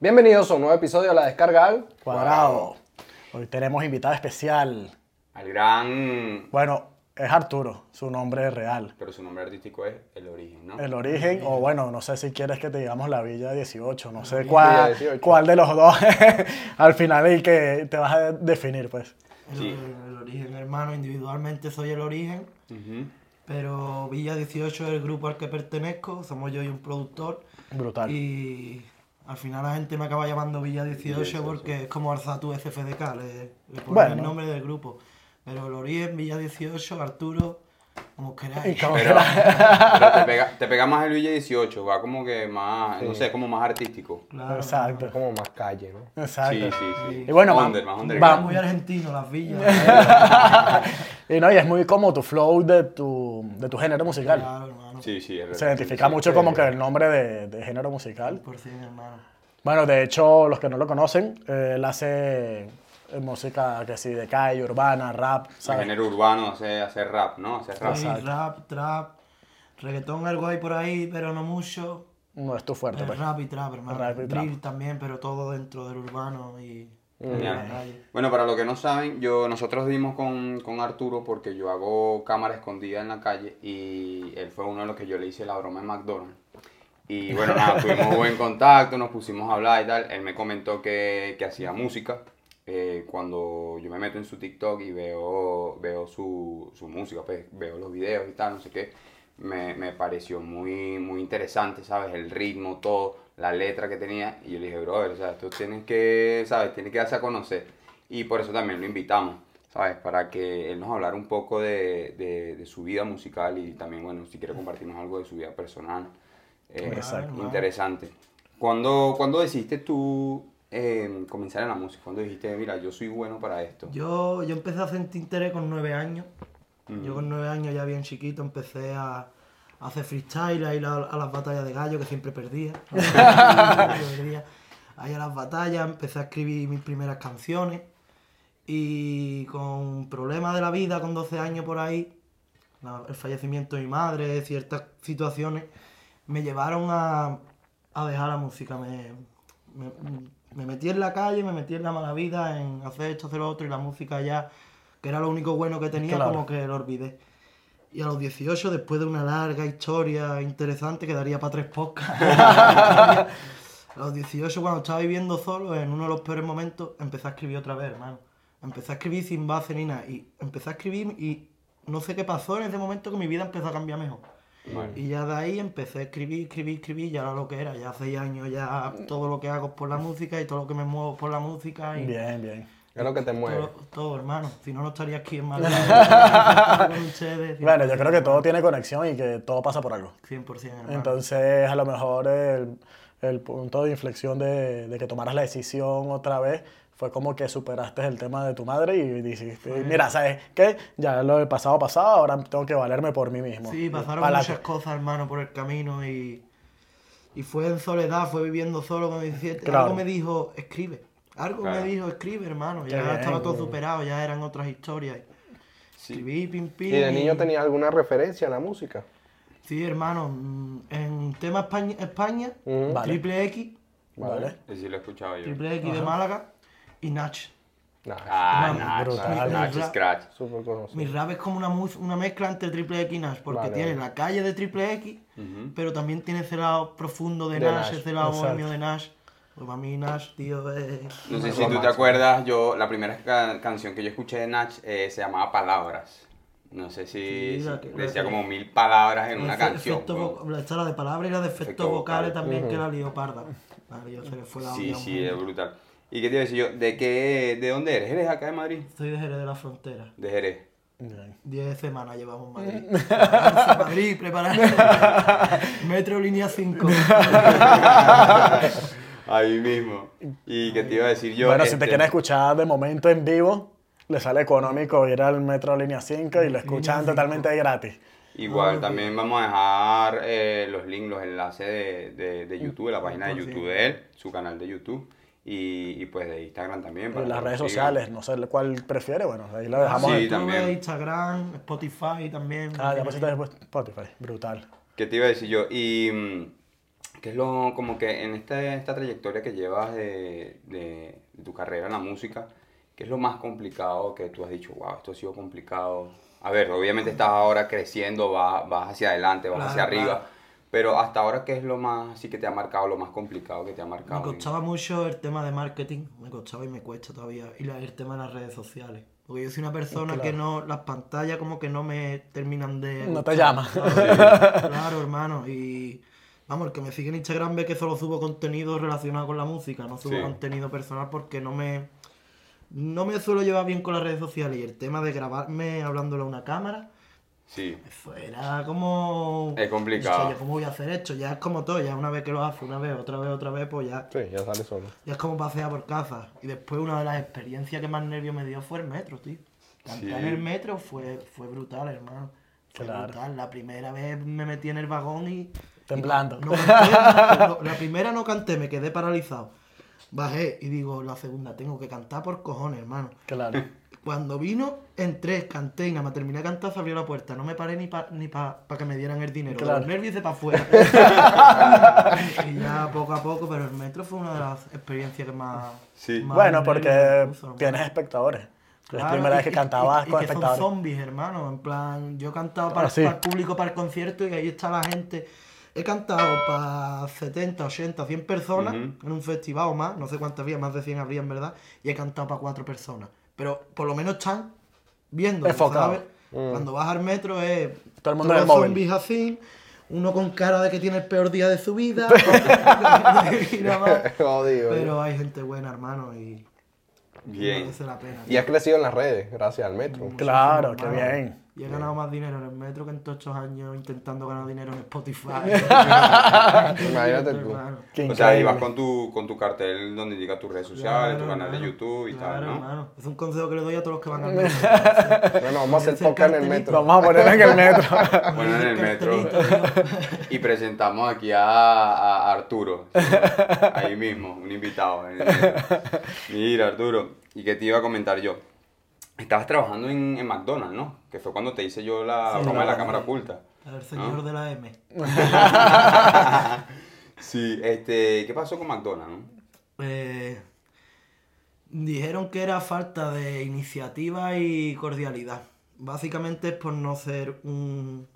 Bienvenidos a un nuevo episodio de La Descarga al Cuadrado. Hoy tenemos invitado especial. Al gran. Bueno, es Arturo, su nombre real. Pero su nombre artístico es El Origen, ¿no? El origen, o bueno, no sé si quieres que te digamos la Villa 18, no sé Villa cuál, 18. cuál de los dos al final el que te vas a definir, pues. Sí. El, el origen, hermano, individualmente soy el origen, Ujú. pero Villa 18 es el grupo al que pertenezco, somos yo y un productor. Brutal. Y al final la gente me acaba llamando Villa 18 18, porque es como Arzatu SFDK, le, le ponen Bueno. el nombre del grupo. Pero el origen, Villa 18, Arturo, como Y queráis. como Pero, que la- pero te, pega, te pega más el Villa 18, va como que más, no sé, es como más artístico. Claro. Exacto, Como más calle, ¿no? Sí, exacto. sí, sí. Y bueno, Under, va- más Es underground. muy argentino, las villas. Y no, y es muy como tu flow de tu, de tu género musical. claro, hermano. Sí, sí, es Se verdad. identifica mucho como que el nombre de, de género musical. 100%, hermano. Bueno, de hecho, los que no lo conocen, eh, él hace eh, música que sí, de calle, urbana, rap, El ¿sabes? género urbano hace, hace rap, ¿no? Hace rap. Sí, rap, trap, reggaetón algo hay por ahí, pero no mucho. No es tu fuerte, El pues. Eh, rap y trap, hermano. Rap y El drill también, pero todo dentro del urbano y de Genial. la calle. Bueno, para los que no saben, yo, nosotros dimos con, con Arturo porque yo hago cámara escondida en la calle y él fue uno de los que yo le hice la broma en McDonald's. Y bueno, nada, tuvimos buen contacto, nos pusimos a hablar y tal. Él me comentó que, que hacía música. Eh, cuando yo me meto en su TikTok y veo, veo su, su música, pues, veo los videos y tal, no sé qué, me, me pareció muy, muy interesante, ¿sabes? El ritmo, todo, la letra que tenía. Y yo le dije, brother, o sea, esto tienes que, ¿sabes? Tienes que darse a conocer. Y por eso también lo invitamos, ¿sabes? Para que él nos hablara un poco de, de- de su vida musical y también, bueno, si quiere compartirnos algo de su vida personal. Eh, Exacto. Interesante. ¿Cuándo, cuándo decidiste tú eh, comenzar en la música? ¿Cuándo dijiste, mira, yo soy bueno para esto? Yo, yo empecé a sentir interés con nueve años. Yo con nueve años ya bien chiquito empecé a, a hacer freestyle, a ir a, a las batallas de gallo que siempre perdía. Perdía. Ahí a las batallas empecé a escribir mis primeras canciones y con problemas de la vida con 12 años por ahí, la- el fallecimiento de mi madre, ciertas situaciones, me llevaron a, a dejar la música. Me, me, me metí en la calle, me metí en la mala vida, en hacer esto, hacer lo otro, y la música ya, que era lo único bueno que tenía, Claro. como que lo olvidé. Y a los 18, después de una larga historia interesante que daría para tres podcasts, a los 18, cuando estaba viviendo solo, en uno de los peores momentos, empecé a escribir otra vez, hermano. Empecé a escribir sin base ni nada. Y empecé a escribir y no sé qué pasó en ese momento que mi vida empezó a cambiar mejor. Bueno, Y ya de ahí empecé a escribir, escribir, escribir, ya era lo que era, ya hace años ya todo lo que hago es por la música y todo lo que me muevo es por la música y Bien, bien. Es lo que te todo, mueve. todo, hermano, si no no estaría aquí en Madrid con ustedes. si no, Bueno, yo creo que todo tiene conexión y que todo pasa por algo. 100% hermano. Entonces, a lo mejor el, el punto de inflexión de, de que tomaras la decisión otra vez fue como que superaste el tema de tu madre y dijiste, mira, ¿sabes qué? Ya lo he pasado, pasado, ahora tengo que valerme por mí mismo. Sí, pasaron Pa'lante. muchas cosas, hermano, por el camino y, y fue en soledad, fue viviendo solo con 17. Claro. Algo me dijo, escribe. Algo Claro. me dijo, escribe, hermano. Qué Ya bien, estaba todo güey. superado, ya eran otras historias. Escribí, pim, pim. ¿Y de niño tenía alguna referencia a la música? Sí, hermano, mm, en tema España, España Ujú. Vale. Triple X, ¿Vale? sí lo he escuchado yo. Triple X de Málaga y Nach. Nah, Ah, Vamos, Nach, brutal. Nach, Nach Brutal. Scratch. súper conocido. Mi rap es como una, mus- una mezcla entre Triple X y Nach, porque Vale, tiene vale. la calle de Triple X, Ujú. pero también tiene ese lado profundo de, De Nash, Nas, ese lado exacto. bohemio de Nash. Pues para mí Nash, tío, es... No sé si tú te acuerdas, yo la primera ca- canción que yo escuché de Nach eh, se llamaba Palabras. No sé si Sí, la si- que- la decía que- como mil palabras en el una efe- canción. efecto weón. vo- la- Está la de palabras y la de efectos Efectos vocales vocales. también, que la lió parda. La lió, se le fue la Sí, olla a un sí, eh. es mundo. brutal. ¿Y qué te iba a decir yo? ¿De qué, de dónde eres? ¿Eres acá de Madrid? Soy de Jerez de la Frontera. De Jerez. Bien. 10 semanas llevamos en Madrid. Madrid, preparado. Metro línea 5. Ahí mismo. ¿Y qué te iba a decir yo? bueno, si te Este, quieres escuchar de momento en vivo, le sale económico ir al Metro Línea 5 y lo escuchan totalmente gratis. Igual también vamos a dejar eh, los links, los enlaces de, de, de YouTube, de la página de YouTube de él, su canal de YouTube y, y pues de Instagram también. Y para las que redes lo sigan. sociales, no sé cuál prefiere, bueno, ahí Ah, lo dejamos. Sí, en- también. Instagram, Spotify también. Ah, ya pusiste después Spotify, brutal. ¿Qué te iba a decir yo? Y mm, que es lo como que en esta, esta trayectoria que llevas de, de- de tu carrera en la música, qué es lo más complicado que tú has dicho, wow, esto ha sido complicado? A ver, obviamente estás ahora creciendo, va- vas, hacia adelante, vas Claro, hacia arriba, claro. pero hasta ahora, ¿qué es lo más, sí que te ha marcado, lo más complicado que te ha marcado? Me en- costaba mucho el tema de marketing, me costaba y me cuesta todavía, y la- el tema de las redes sociales. Porque yo soy una persona que no, las pantallas como que no me terminan de... No te gustar. llama. Claro, claro, hermano, y... Vamos, el que me sigue en Instagram ve que solo subo contenido relacionado con la música, no subo Sí. contenido personal porque no me... No me suelo llevar bien con las redes sociales y el tema de grabarme hablándole a una cámara, Sí, eso era como... Es complicado. Hostia, ¿Cómo voy a hacer esto? Ya es como todo, ya una vez que lo haces, una vez, otra vez, otra vez, pues ya Sí, ya sale solo. ya es como pasear por casa. Y después una de las experiencias que más nervios me dio fue el metro, tío. Cantar Sí. en el metro fue, fue brutal, hermano. Fue Claro. brutal. La primera vez me metí en el vagón y... Temblando. No canté, no- la primera no canté, me quedé paralizado. Bajé y digo, la segunda, tengo que cantar por cojones, hermano. Claro. Cuando vino, entré, canté y nada más terminé de cantar, se abrió la puerta. No me paré ni para ni pa, pa que me dieran el dinero. Claro. Los nervios de para afuera. y ya poco a poco, pero el metro fue una de las experiencias que más. Sí. más Bueno, nervios me porque puso, hermano. tienes espectadores. Es la Claro, primera y- vez que y- cantabas y- y con que espectadores. Son zombies, hermano. En plan, yo he cantado para, Ah, sí. para el público, para el concierto, y ahí está la gente. He cantado para 70, 80, 100 personas Ujú. en un festival o más. No sé cuántas había, más de 100 habría en verdad. Y he cantado para cuatro personas. Pero por lo menos están viendo. Enfocado. ¿sabes? Mm. Cuando vas al metro es. Todo el mundo todos en el móvil. zombies así. Uno con cara de que tiene el peor día de su vida. y nada Ah, más. Jodido. Pero hay gente buena, hermano, y bien. merece la pena. Y has crecido en las redes, gracias al Mm. metro. Muchísimo, Claro, qué hermano. bien. Y he ganado más dinero en el metro que en todos estos años intentando ganar dinero en Spotify. Imagínate tú. Hermano. Qué O sea, y increíble. vas con tu, con tu cartel donde indica tus redes sociales, tu Claro, canal de hermano. YouTube y Claro, tal, ¿no? hermano. Es un consejo que le doy a todos los que van al metro. Bueno, vamos a Ese hacer podcast en el cartelito. metro. Vamos a poner en el metro. Bueno, en el metro. Cartelito, Y presentamos aquí a, a Arturo, ¿sí? ahí mismo, un invitado. en el metro. Mira, Arturo, ¿y qué te iba a comentar yo? Estabas trabajando en, en McDonald's, ¿no? Que fue cuando te hice yo la Sí, broma de la claro. cámara oculta. tío. El señor de la M. Sí, este, ¿qué pasó con McDonald's? no? Eh, dijeron que era falta de iniciativa y cordialidad. Básicamente es por no ser un,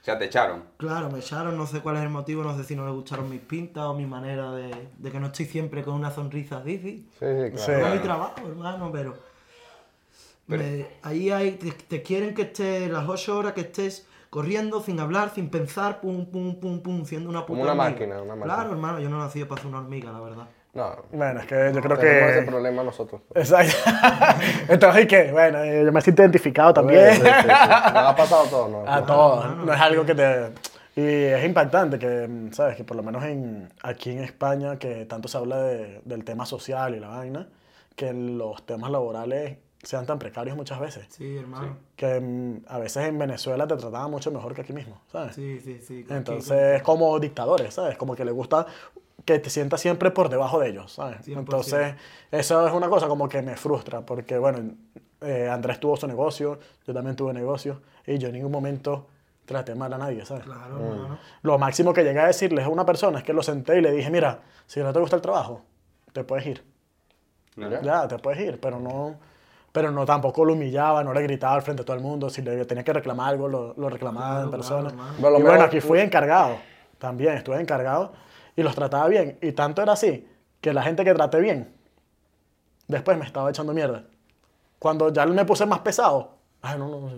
O sea, te echaron. Claro, me echaron, no sé cuál es el motivo, no sé si no les gustaron mis pintas o mi manera de, de que no estoy siempre con una sonrisa difícil. Sí, sí, claro. Sí. Es mi Claro. trabajo, hermano, pero... me- ahí hay, te, te quieren que estés las 8 horas que estés corriendo, sin hablar, sin pensar, pum, pum, pum, pum, siendo una puta Como una hormiga. máquina, una máquina. Claro, hermano, yo no nací para ser una hormiga, la verdad. No, Bueno, es que yo creo tenemos ese que. problema nosotros. Exacto. Entonces, ¿y qué? Bueno, eh, yo me siento identificado Sí, también. sí, sí. Nos ha pasado todo, ¿no? A todos. No es algo que te. Y es impactante que, mm, ¿sabes? Que por lo menos en, aquí en España, que tanto se habla de- del tema social y la vaina, que los temas laborales sean tan precarios muchas veces. Sí, hermano. Que mm, a veces en Venezuela te trataban mucho mejor que aquí mismo, ¿sabes? Sí, sí, sí. que- Entonces, como dictadores, ¿sabes? Como que le gusta que te sientas siempre por debajo de ellos, ¿sabes? 100%. Entonces, eso es una cosa como que me frustra, porque, bueno, eh, Andrés tuvo su negocio, yo también tuve negocio, y yo en ningún momento traté mal a nadie, ¿sabes? que- Mm. Claro, hermano. Lo máximo que llegué a decirles a una persona es que lo senté y le dije, mira, si no te gusta el trabajo, te puedes ir. ¿no? Ya. Ya, te puedes ir, pero no, pero no tampoco lo humillaba, no le gritaba al frente a todo el mundo, si le tenía que reclamar algo, lo, lo reclamaba Claro, en persona. claro, hermano. y Pero lo bueno, mejor- aquí fui encargado, también estuve encargado y los trataba bien. Y tanto era así que la gente que traté bien, después me estaba echando mierda. Cuando ya me puse más pesado, ay, no, no, no.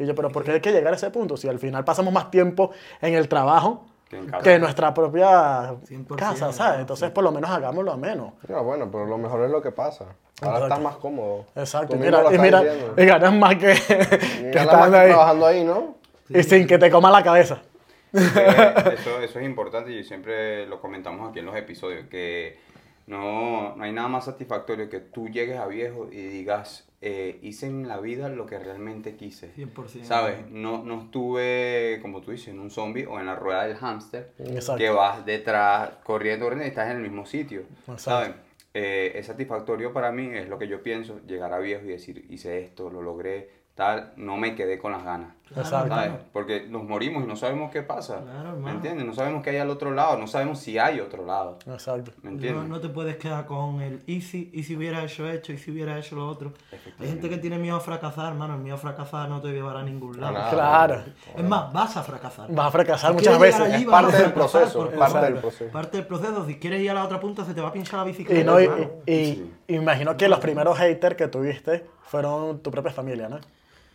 Y yo, pero ¿por qué hay que llegar a ese punto? Si al final pasamos más tiempo en el trabajo Que en casa. que en nuestra propia 100%, casa, ¿sabes? hermano, Entonces, por lo menos hagámoslo a menos. No, bueno, pero lo mejor es lo que pasa. Ahora Exacto. estás más cómodo. Exacto, Tú y mismo mira, lo y estás mira, diciendo. y ganas más que, que Ganas más estando que ahí. trabajando ahí, ¿no? Y sin que te coma la cabeza. Porque eso, eso es importante y siempre lo comentamos aquí en los episodios, que no, no hay nada más satisfactorio que tú llegues a viejo y digas, eh, hice en la vida lo que realmente quise. 100%. ¿Sabes? No, no estuve, como tú dices, en un zombie o en la rueda del hámster, Exacto. que vas detrás corriendo, corriendo y estás en el mismo sitio. Exacto. ¿Sabes? Eh, es satisfactorio para mí, es lo que yo pienso, llegar a viejo y decir, hice esto, lo logré, tal, no me quedé con las ganas. Exacto. ¿sabes? Porque nos morimos y no sabemos qué pasa. Claro, ¿Me hermano. entiendes? No sabemos qué hay al otro lado, no sabemos si hay otro lado. Exacto. ¿Me No, entiendes? no te puedes quedar con el y si, y si hubiera hecho esto, y si hubiera hecho lo otro. Hay gente que tiene miedo a fracasar, hermano. El miedo a fracasar no te llevará a ningún lado. nada. Claro. Es más, vas a fracasar. Vas a fracasar Quieres muchas llegar veces. allí, Es vas a parte del fracasar proceso, porque- es parte del Exacto. proceso. Parte del proceso. Si quieres ir a la otra punta, se te va a pinchar la bicicleta. Pues Y, no, y, hermano. y- y imagino que los primeros haters que tuviste fueron tu propia familia, ¿no?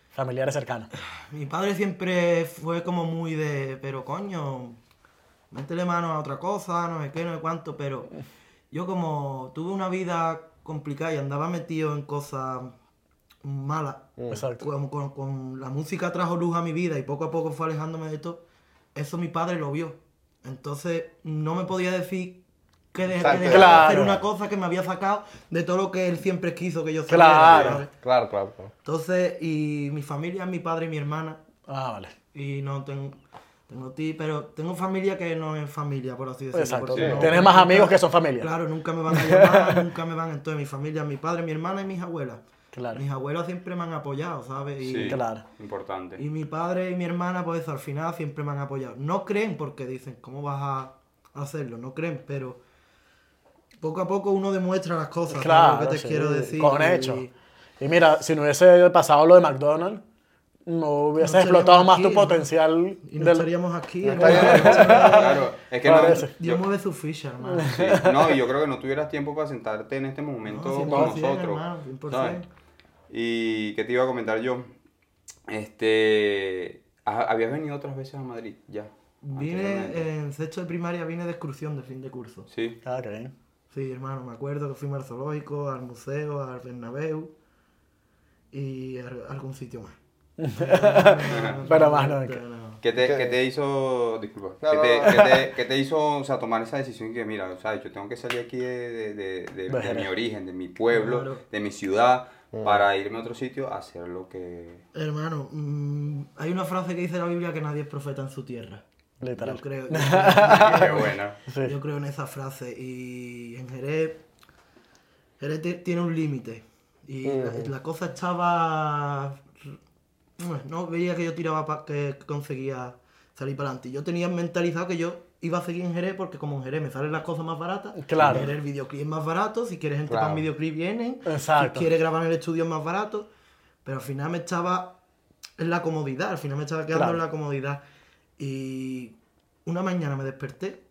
Familiares cercanos. Mi padre siempre fue como muy de, pero coño, métele mano a otra cosa, no sé qué, no sé cuánto, pero yo como tuve una vida complicada y andaba metido en cosas malas, Exacto. como con, con la música trajo luz a mi vida y poco a poco fue alejándome de todo, eso mi padre lo vio. Entonces no me podía decir que dejé Exacto. de dejar de hacer Claro. una cosa que me había sacado de todo lo que él siempre quiso que yo fuera. Claro. Claro, claro. claro. Entonces, y mi familia, mi padre y mi hermana, Ah, vale. y no tengo, tengo ti, pero tengo familia que no es familia, por así decirlo. Exacto. porque no- Tienes más amigos que son familia. Claro, nunca me van a llamar, nunca me van. Entonces, mi familia, mi padre, mi hermana y mis abuelas. Claro. Mis abuelas siempre me han apoyado, ¿sabes? Y, Sí, Claro. Importante. y mi padre y mi hermana, pues eso, al final siempre me han apoyado. No creen porque dicen, ¿cómo vas a hacerlo? No creen, pero poco a poco uno demuestra las cosas. ¿sabes Claro, lo que te sí, quiero decir. Con Y- hechos. Y mira, si no hubiese pasado lo de McDonald's, no hubiese explotado estaríamos más tu aquí, potencial. Y no del- estaríamos aquí. claro, es que no, Parece. Dios mueve su ficha, hermano. sí, no, y yo creo que no tuvieras tiempo para sentarte en este momento No, 100%, con nosotros. hermano, 100%. ¿sabes? Y que te iba a comentar yo, este, ¿ha- habías venido otras veces a Madrid ya. anteriormente? Vine eh, en sexto de primaria, vine de excursión de fin de curso. Sí. Ah, qué bien. Sí, hermano, me acuerdo que fuimos al zoológico, al museo, al Bernabéu y a a algún sitio más. Pero más no, que- no. ¿Qué te, Que- qué te hizo, disculpa, No, ¿qué, no, te, no. qué te- qué te hizo o sea, tomar esa decisión que mira, o sea, yo tengo que salir aquí de, de- de- de- de Jerez. mi origen, de mi pueblo, Claro. de mi ciudad, Mm. para irme a otro sitio a hacer lo que... Hermano, mm, hay una frase que dice la Biblia que nadie es profeta en su tierra. Literal. Yo creo, yo creo- Qué buena. Sí. yo creo en esa frase. Y en Jerez, Jerez ti- tiene un límite. Y la, Mm. la cosa estaba. No veía que yo tiraba para que conseguía salir para adelante. Yo tenía mentalizado que yo iba a seguir en Jerez porque, como en Jerez me salen las cosas más baratas, Claro. en Jerez el videoclip es más barato. Si quieres gente para Claro. un videoclip, vienen. Exacto. Si quieres grabar en el estudio, es más barato. Pero al final me estaba en la comodidad. Al final me estaba quedando Claro. en la comodidad. Y una mañana me desperté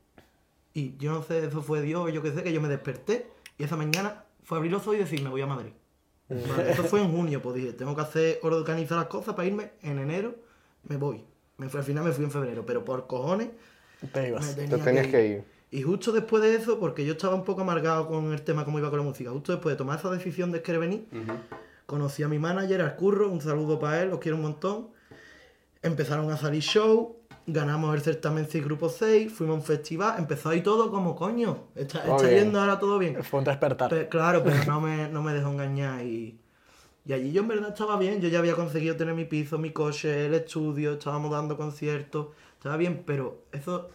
y yo no sé, eso fue Dios, yo qué sé, que yo me desperté y esa mañana fue abrir los ojos y decir, me voy a Madrid. Vale, eso fue en junio, pues dije, tengo que hacer, organizar las cosas para irme en enero, me voy. Me fui, al final me fui en febrero, pero por cojones Te me ibas. tenía Te tenías que ir. Y justo después de eso, porque yo estaba un poco amargado con el tema cómo iba con la música, justo después de tomar esa decisión de querer venir, conocí a mi manager, al Curro, un saludo para él, los quiero un montón. Empezaron a salir show, ganamos el certamen 6 Grupo 6, fuimos a un festival, empezó ahí todo como coño, está, Todo está bien. yendo ahora todo bien. Fue un despertar. Pe- claro, pero no me, no me dejó engañar y, y allí yo en verdad estaba bien, yo ya había conseguido tener mi piso, mi coche, el estudio, estábamos dando conciertos, estaba bien, pero eso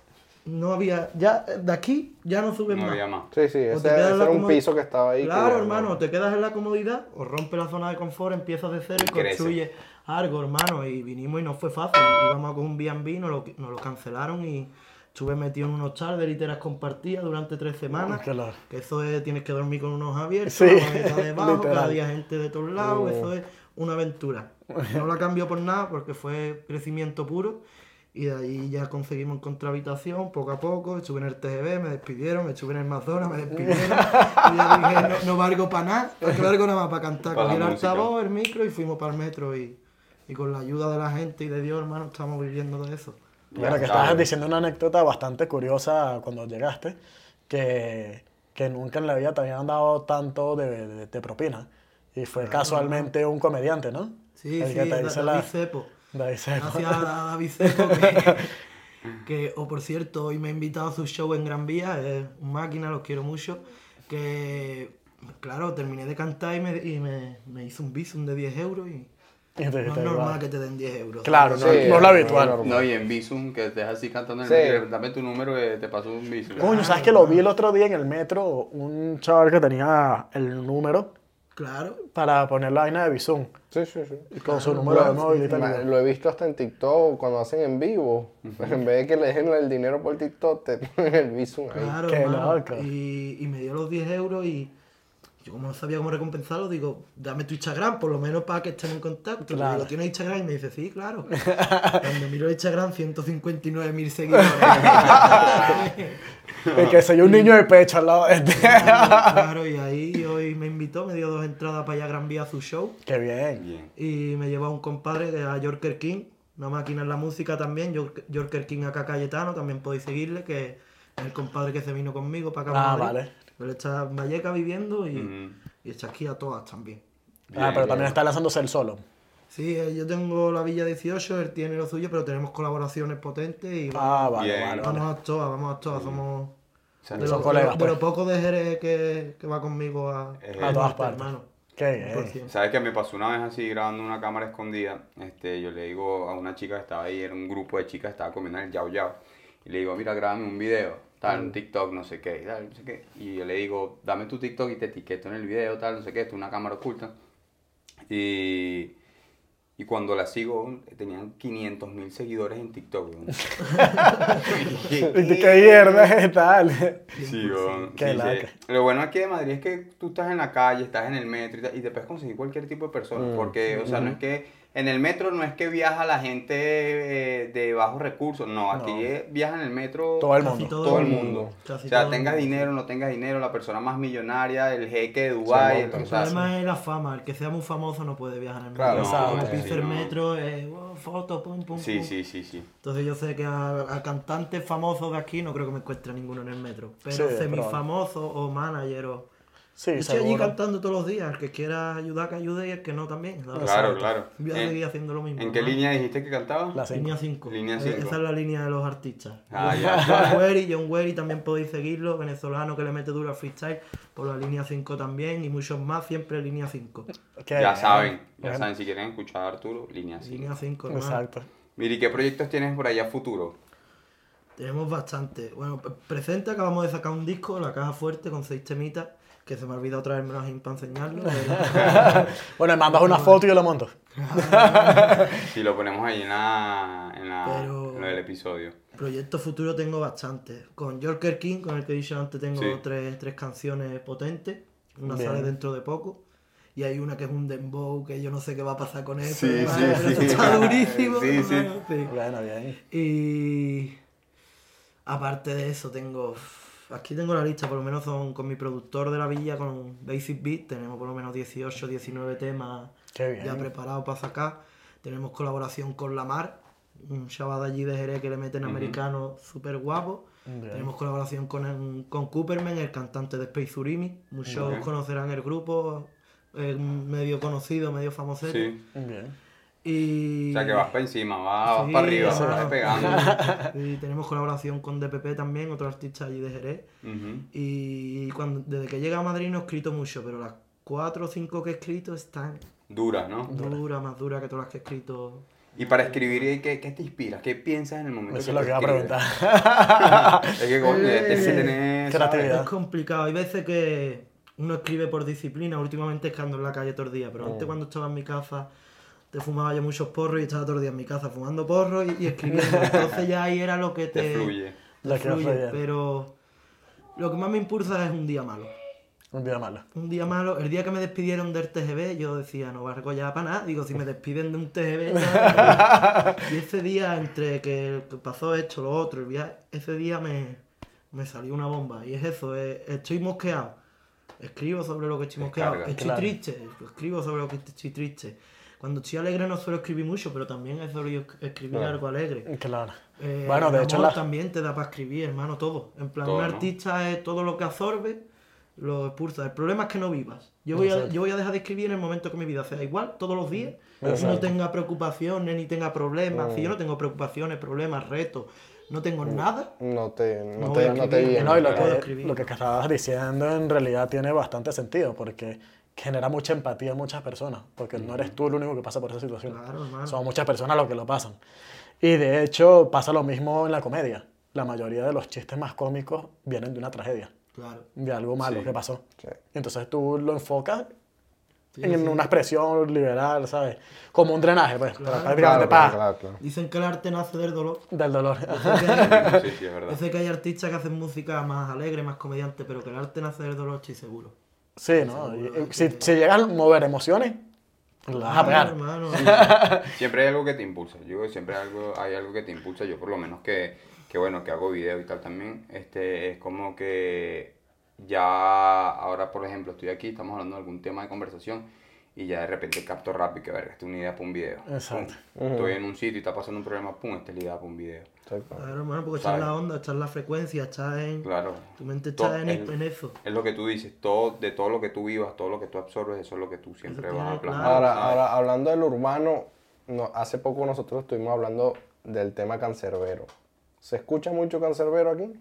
no había, ya eh, de aquí ya no subes No más. había más. Sí, sí, O ese, te quedas ese en la era un comodidad. piso que estaba ahí. que Claro, ya no- hermano, te quedas en la comodidad, o rompes la zona de confort, empiezas de cero y Y crece. construyes algo, hermano. Y vinimos y no fue fácil. Íbamos a con un B&B, nos lo, nos lo cancelaron y estuve metido en unos char de literas compartidas durante tres semanas. Qué lo- Que eso es, tienes que dormir con unos abiertos, Sí, la maleta debajo, literal. cada día gente de todos lados, Oh. eso es una aventura. No la cambio por nada porque fue crecimiento puro. Y de ahí ya conseguimos encontrar habitación poco a poco. Estuve en el TGB, me despidieron, me estuve en el Mazona, me despidieron. y ya dije, no, no valgo para nada, no que valgo nada más para cantar. Para la Cogí el música. altavoz, el micro y fuimos para el metro. Y, y con la ayuda de la gente y de Dios, hermano, estamos viviendo de eso. Bueno, que estabas diciendo una anécdota bastante curiosa cuando llegaste, que, que nunca en la vida te habían dado tanto de, de- de propina. Y fue casualmente un comediante, ¿no? Sí, El sí, que te Da- dice David la... Cepo. David Sepo. Gracias a David Seco, que, que, o por cierto, hoy me ha invitado a su show en Gran Vía, es un máquina, los quiero mucho, que, claro, terminé de cantar y me, y me, me hizo un visum de 10 euros y Y te no es dijiste, normal "Guau". que te den 10 euros. Claro, Sí, no, no es lo no es habitual. normal. No, y en Visum, que estés así cantando en Sí. el metro, dame tu número que te pasó un Visum. Coño, ¿sabes que lo vi el otro día en el metro? Un chaval que tenía el número Claro. para poner la vaina de Bizum Sí, sí, sí. con su número de móvil y tal. Ma- Lo he visto hasta en TikTok cuando hacen en vivo. En vez de que le dejen el dinero por TikTok, te ponen el visum ahí. Claro, Qué hermano. loco. Y, y me dio los 10 euros y yo como no sabía cómo recompensarlo, digo, dame tu Instagram, por lo menos para que estén en contacto. Le Claro. digo, ¿tienes Instagram? Y me dice, sí, claro. Cuando miro el Instagram, 159.000 seguidores. Y que soy un niño de pecho al lado de este. claro, y ahí hoy me invitó, me dio dos entradas para allá a Gran Vía a su show. Qué bien. Bien. Y me llevó a un compadre que a Yorker King, una máquina en la música también, York- Yorker King acá Cayetano, también podéis seguirle, que es el compadre que se vino conmigo para acá. Ah, para Madrid. vale. Él está en Valleca viviendo y, Ujú. y está aquí a todas también. Ah, pero también está lanzándose el solo. Sí, eh, yo tengo la Villa 18, él tiene lo suyo, pero tenemos colaboraciones potentes y Ah, vale, Bien. vale, vale. vamos a todas, vamos a Mm. todas, somos... Son de lo, colegas, de lo- de pues. lo poco de Jerez que, que va conmigo a, Eh, A todas Norte, partes. Eh, hermano. Qué Por bien. cien. ¿Sabes que me pasó una vez así grabando una cámara escondida? Este, yo le digo a una chica que estaba ahí, era un grupo de chicas que estaba comiendo en el Yao Yao. Y le digo, mira, grábame un video, tal, un TikTok, no sé qué, y tal, no sé qué. Y yo le digo, dame tu TikTok y te etiqueto en el video, tal, no sé qué, esto es una cámara oculta. Y, y cuando la sigo, tenían 500 mil seguidores en TikTok. weón. Y qué mierda es tal. Sí, weón. Qué Sí, sí. laca. Lo bueno aquí de Madrid es que tú estás en la calle, estás en el metro y, tal, y te puedes conseguir cualquier tipo de Mm, persona. Porque, o sea, no es que en el metro no es que viaja la gente eh, de bajos recursos. No, aquí No. eh, viaja en el metro Todo el Casi mundo. todo. todo el mundo. Casi o sea, todo el tengas mundo. dinero, no tengas dinero, la persona más millonaria, el jeque de Dubái. monta. o El sea, problema es la fama, el que sea muy famoso no puede viajar en el Claro, metro. no, Cuando sí, pise el no. metro, eh, wow, foto, pum, pum, sí, pum. sí, sí, sí. Entonces yo sé que a, a cantantes famosos de aquí no creo que me encuentre ninguno en el metro. Pero Sí, semifamosos o manager o... Yo Sí, estoy allí seguro. cantando todos los días. El que quiera ayudar, que ayude y el que no también. ¿sabes? Claro, claro. Voy a Eh, seguir haciendo lo mismo. ¿En qué ¿no? línea dijiste que cantabas? La cinco. Línea 5. Línea cinco. Esa es la línea de los artistas. Ah, John- ya, John Wery, John Wery también podéis seguirlo, venezolano que le mete duro al freestyle, por la línea 5 también, y muchos más, siempre línea 5. Qué ya bien. saben, ya Bueno, saben, si quieren escuchar a Arturo, línea 5. Línea 5, Exacto. Miri, ¿qué proyectos tienes por allá a futuro? Tenemos bastante. Bueno, pre- presente acabamos de sacar un disco, la caja fuerte, con seis temitas, que se me ha olvidado traérmelos ahí para enseñarlo. Bueno, me mandas una foto y yo la monto. Si lo ponemos ahí en, la, en, la, Pero- en lo del episodio. Proyecto futuro tengo bastante. Con Yorker King, con el que he dicho antes, tengo Sí. tres, tres canciones potentes. Una Bien. sale dentro de poco. Y hay una que es un dembow, que yo no sé qué va a pasar con eso. Sí, hermano, sí, pero eso sí. está durísimo. Sí, sí. hermano, sí. Bueno, bien. Y aparte de eso, tengo. Aquí tengo la lista, por lo menos son con mi productor de la villa, con Basic Beat, tenemos por lo menos 18, 19 temas Qué ya bien. preparados para sacar. Tenemos colaboración con Lamar, un chaval de allí de Jerez que le meten americano súper guapo. Bien. Tenemos colaboración con, con Cooperman, el cantante de Space Urimi. Muchos Ok. conocerán el grupo, eh, medio conocido, medio famoso. Sí. Bien. Y... O sea que vas para encima, Ah, vas, Sí, para arriba, hermano. vas pegando. Y tenemos colaboración con DPP también, otro artista allí de Jerez. Ujú. Y cuando, desde que llegué a Madrid no he escrito mucho, pero las cuatro o cinco que he escrito están Duras, ¿no? duras, más duras que todas las que he escrito. Y para escribir, ¿eh? ¿qué, qué te inspiras? ¿Qué piensas en el momento? Eso es lo tú que iba a preguntar. escribes? es que coño, este sí tenés, ¿sabes? Creatividad. Ya. Es complicado, hay veces que uno escribe por disciplina, últimamente es que ando en la calle todo el día, pero antes cuando estaba en mi casa te fumaba yo muchos porros y estaba todo el día en mi casa fumando porros y, y escribiendo, entonces ya ahí era lo que te... Te fluye. te Lo que fluye, fluye. pero lo que más me impulsa es un día malo. Un día malo. Un día malo, el día que me despidieron del TGB, yo decía, no barco ya para nada. Digo, si me despiden de un TGB. ya". y ese día, entre que pasó esto, lo otro, el viaje, ese día me, me salió una bomba. Y es eso, es- estoy mosqueado. Escribo sobre lo que estoy mosqueado. Descarga. estoy Claro. triste, escribo sobre lo que estoy triste. Cuando estoy alegre no suelo escribir mucho, pero también es sobre escribir algo alegre. Claro. Eh, Bueno, de el hecho, amor la- también te da para escribir, hermano, todo. En plan, Todo, un ¿no? artista es todo lo que absorbe, lo expulsa. El problema es que no vivas. Yo voy, a, yo voy a dejar de escribir en el momento que mi vida sea igual, todos los días. No tenga preocupaciones ni tenga problemas. Si yo Oh. no tengo preocupaciones, problemas, retos, no tengo nada. No te, no No voy te, no a te escribir, llena. No, y lo Puedo que, escribir. lo que estabas diciendo en realidad tiene bastante sentido porque genera mucha empatía en muchas personas, porque no eres tú el único que pasa por esa situación. Claro, hermano. Son muchas personas las que lo pasan. Y de hecho pasa lo mismo en la comedia. La mayoría de los chistes más cómicos vienen de una tragedia, Claro. de algo malo que pasó. Sí. Entonces tú lo enfocas en una expresión liberal, ¿sabes? Como un drenaje, pues, pero prácticamente Claro, pa, claro, claro, claro. Dicen que el arte nace del dolor. del dolor. Sí, sí, es verdad. Dice que hay artistas que hacen música más alegre, más comediante, pero que el arte nace del dolor, estoy seguro. Sí, ¿no? Y- y Si, si llegas a mover emociones, la vas a Claro, pegar. hermano. Siempre hay algo que te impulsa. Yo siempre hay algo, hay algo que te impulsa. Yo por lo menos que, que bueno, que hago video y tal también. Este, es como que ya ahora, por ejemplo, estoy aquí, estamos hablando de algún tema de conversación y ya de repente capto rápido que ver, esta es una idea para un video. Pum. Exacto. Estoy en un sitio y está pasando un problema, pum, esta es la idea para un video. Exacto. Claro, hermano, porque está en la Claro. onda, está en la frecuencia, está en. Claro. Tu mente Todo- está en, es- en eso. Es lo que tú dices, todo, de todo lo que tú vivas, todo lo que tú absorbes, eso es lo que tú siempre tiene- vas a plasmar. Ahora, ¿sabes? ahora, hablando del urbano, no, hace poco nosotros estuvimos hablando del tema cancerbero. ¿Se escucha mucho cancerbero aquí?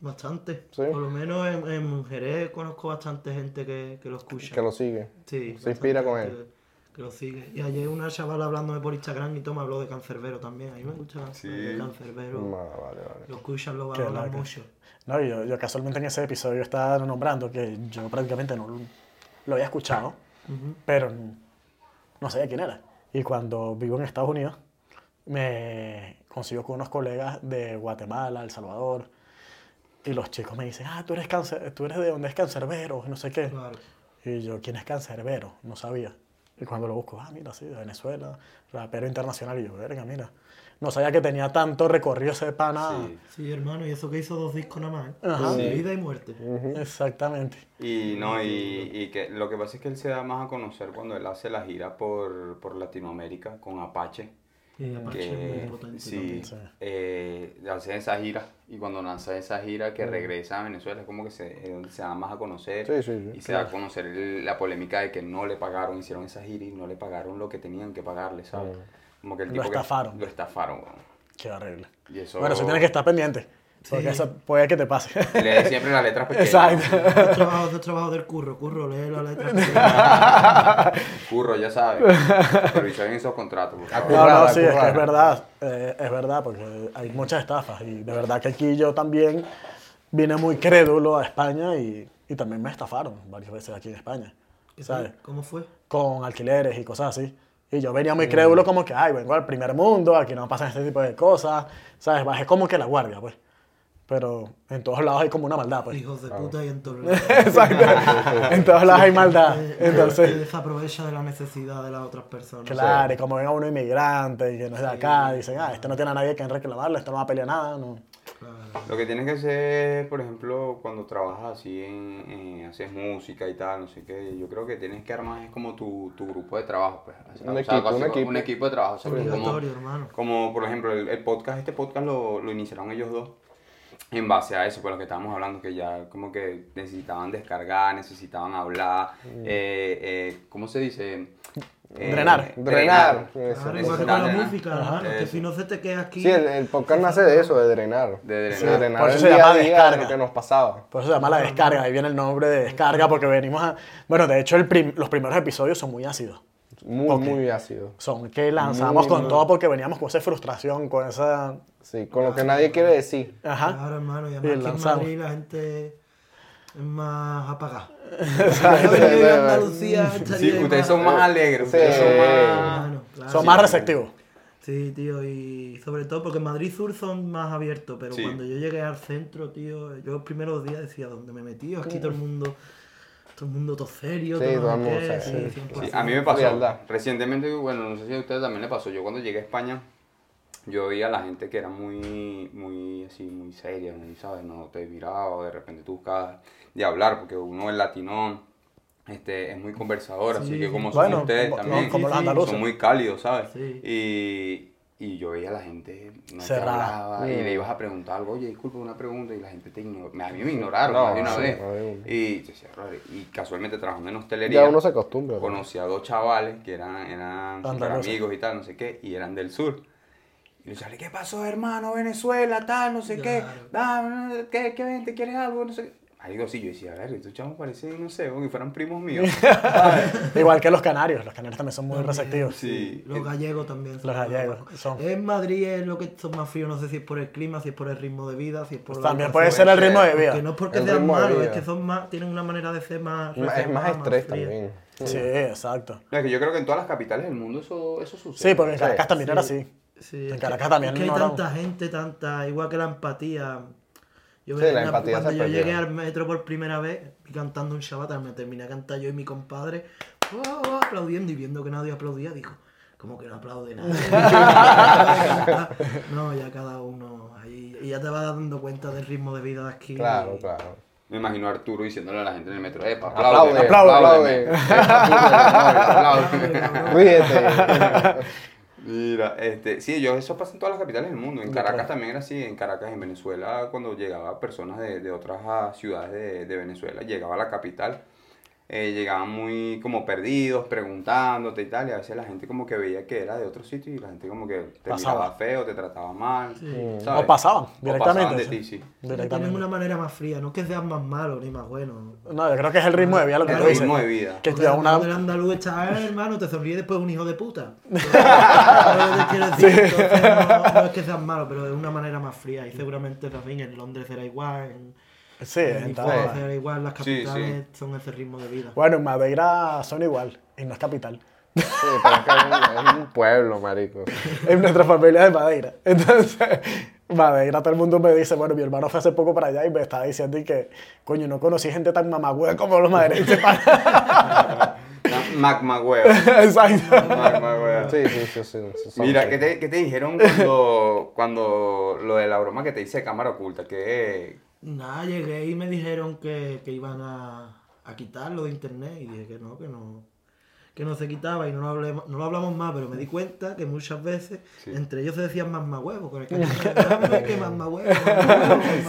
Bastante. Sí. Por lo menos en, en Jerez conozco bastante gente que, que lo escucha. Que lo sigue. Sí, se inspira con bastante él. Que, que lo sigue. Y ayer una chavala hablándome por Instagram y todo me habló de cancerbero también. A mí me gusta Sí. el cancerbero. Ma- vale, vale. Lo escuchan, lo Qué valoran lacra. mucho. No, y yo, yo casualmente en ese episodio estaba nombrando que yo prácticamente no lo había escuchado, pero n- no sabía quién era. Y cuando vivo en Estados Unidos, me consigo con unos colegas de Guatemala, El Salvador, y los chicos me dicen, ah, tú eres, cáncer, tú eres de donde es cancerbero, no sé qué. Claro. Y yo, ¿quién es cancerbero? No sabía. Y cuando lo busco, ah, mira, sí, de Venezuela, rapero internacional, y yo, verga, mira. No sabía que tenía tanto recorrido ese pana. Sí. Sí, hermano, y eso que hizo dos discos nada más. ¿eh? Ajá. De vida y muerte. Mm. Exactamente. Y no, y, y que lo que pasa es que él se da más a conocer cuando él hace la gira por, por Latinoamérica con Apache. Y Apache es muy Que potente sí, también. sí. eh, hacen esa gira y cuando lanza esa gira que regresa a Venezuela es como que se, eh, se da más a conocer Sí, sí, sí, y se da a conocer el- la polémica de que no le pagaron, hicieron esa gira y no le pagaron lo que tenían que pagarle, ¿sabes? Como que el Lo tipo que- estafaron. lo estafaron, weón. Qué horrible. Y eso- Bueno, eso tienes que estar pendiente. Porque Sí. eso puede que te pase. Lee siempre las letras pequeñas. Exacto. Dos trabajos, dos trabajos del curro. Curro, lee la letra. Curro, ya sabes. Revisa bien esos contratos. por favor. No, no, sí, es que currada. es verdad. eh, es verdad, porque hay muchas estafas. Y de verdad que aquí yo también vine muy crédulo a España y, y también me estafaron varias veces aquí en España. ¿Sabes? ¿Cómo fue? Con alquileres y cosas así. Y yo venía muy crédulo como que, ay, vengo al primer mundo, aquí no pasan este tipo de cosas. ¿Sabes? Bajé como que la guardia, pues. Pero en todos lados hay como una maldad, pues. Hijos de puta y en todo el Exacto. En todos lados hay maldad. Eh, Ah, Entonces, se desaprovecha de la necesidad de las otras personas. claro, y como ven a uno inmigrante y que no es de acá, dicen, ah, este no tiene a nadie que reclamarle, este no va a pelear nada. No. Claro. Lo que tienes que hacer, por ejemplo, cuando trabajas así, en, en- haces música y tal, no sé qué, yo creo que tienes que armar es como tu, tu grupo de trabajo. Pues, O Un sea, o sea, equipo, algo así, un equipo. de trabajo. o sea, como, Obligatorio, hermano. como, por ejemplo, el, el podcast, este podcast lo, lo iniciaron ellos dos. En base a eso, por lo que estábamos hablando, que ya como que necesitaban descargar, necesitaban hablar, Mm. eh, eh, ¿cómo se dice? Eh, Drenar. Drenar. Eso, eso Claro, Ah, igual que con Necesitaban la drenar. música, hermano. Que Eso. si no se te queda aquí. Sí, el, el podcast nace de eso, de drenar. De drenar. De Por drenar eso el se día llama a día de descarga. lo que nos pasaba. Por eso se llama la descarga, ahí viene el nombre de descarga, porque venimos a... Bueno, de hecho, el prim- los primeros episodios son muy ácidos. Muy, muy ácido. Son que lanzamos con todo porque veníamos con esa frustración, con esa... Sí, con lo que nadie quiere decir. Ajá. Claro, hermano. Y Y además aquí en lanzamos. Madrid la gente es más apagada. Sí, Yo vivo en sí, Andalucía Sí, estaría ustedes son más- más alegres, Sí. ustedes son más... Hermano, claro. Son más receptivos. Sí, tío, y sobre todo porque en Madrid Sur son más abiertos, pero Sí. cuando yo llegué al centro, tío, yo los primeros días decía, ¿dónde me he metido? Aquí todo el mundo, todo el mundo todo serio, Sí, todo todo el no sé mundo qué, serio. sí, Sí, 100%. a mí me pasó. Frialdad. Recientemente, bueno, no sé si a ustedes también les pasó. Yo cuando llegué a España, yo veía a la gente que era muy, muy, así, muy seria, muy, ¿sabes? No te miraba o de repente tú buscabas de hablar, porque uno es latinón, este, es muy conversador, así Sí. que como Bueno, son ustedes como- también, como los andaluces. son muy cálidos, ¿sabes? Sí. Y... Y yo veía a la gente, no te Cerrada. hablaba, y le ibas a preguntar algo, oye, disculpa, una pregunta, y la gente te ignoró. A mí me ignoraron más de una sí, vez. más de una. Y yo decía, "Brother", y casualmente trabajando en hostelería Ya uno se acostumbra. ¿no? conocí a dos chavales que eran, eran Andaluces. súper amigos y tal, no sé qué, y eran del sur. Y le sale, ¿qué pasó, hermano? Venezuela, tal, no sé qué. Claro. Ah, no, ¿qué, ¿Qué ven? ¿Te quieres algo? No sé qué. algo así. Yo decía, a ver, estos chavos parecen, no sé, como que fueran primos míos. Igual que los canarios, los canarios también son muy receptivos. Sí. Los gallegos también. son Los muy gallegos buenos. son- En Madrid es lo que son más fríos, no sé si es por el clima, si es por el ritmo de vida, si es Pues por... la También puede educación. ser el ritmo de Que no vida. es porque El sean ritmo de malos, es vida. que son más, tienen una manera de ser más... Es más reservada, estrés fría. también. Sí, exacto. No, es que yo creo que en todas las capitales del mundo eso, eso sucede. Sí, porque en Caracas también era así. Sí, En es que- Caracas también es que hay no era un- tanta gente, tanta, igual que la empatía. Yo Sí, veía la una- empatía se cuando yo perdió. llegué al metro por primera vez cantando un Shabbat, me terminé a cantar yo y mi compadre ¡guau, guau! aplaudiendo y viendo que nadie aplaudía, dijo, como que no aplaude nada. no, ya cada uno ahí, y ya te vas dando cuenta del ritmo de vida de aquí. Claro, y- claro. Me imagino a Arturo diciéndole a la gente en el metro, epa, Aplaude, aplaude, aplaude, aplaude. Aplaude, cabrón. Ríete. Mira, este, sí, yo, eso pasa en todas las capitales del mundo. En Caracas también era así. En Caracas, en Venezuela, cuando llegaba personas de, de otras ah, ciudades de, de Venezuela, llegaba a la capital, eh, llegaban muy como perdidos, preguntándote y tal. Y a veces la gente como que veía que era de otro sitio y la gente como que te Pasaba. miraba feo, te trataba mal. ¿sabes? O pasaban O directamente. pasaban de sí. ti, sí. Tienen Directamente. una manera más fría, no es que sean más malos ni más buenos. No, yo creo que es el ritmo de vida lo que El tú dices. ritmo de vida. Que te Porque da una... El una... andaluz está, "Eh, hermano, te sonríe después un hijo de puta. ¿Sabes lo que te quiero decir? Entonces, no, no es que seas malo, pero de una manera más fría. Y seguramente también en Londres será igual, en, Sí, en en Lisboa todas. será igual, las Sí, sí. capitales son ese ritmo de vida. Bueno, en Madeira son igual, y no es capital. Sí, pero es que es un- es un pueblo, marico. En nuestra familia es de Madeira. Entonces, Madeira, todo el mundo me dice, bueno, mi hermano fue hace poco para allá y me estaba diciendo y que, coño, no conocí gente tan mamagüe como los maderenses. Na- Magma huevo. Exacto. Magma huevo. Sí, sí, sí, sí. sí, sí. Mira, ¿qué te, qué te dijeron cuando, cuando lo de la broma que te hice de cámara oculta? Que Nada, llegué y me dijeron que, que iban a, a quitarlo de internet y dije que no, que no que no se quitaba y no lo, hablemos- no lo hablamos más, pero me di cuenta que muchas veces entre ellos se decían más más huevo, con el que, que más más huevo,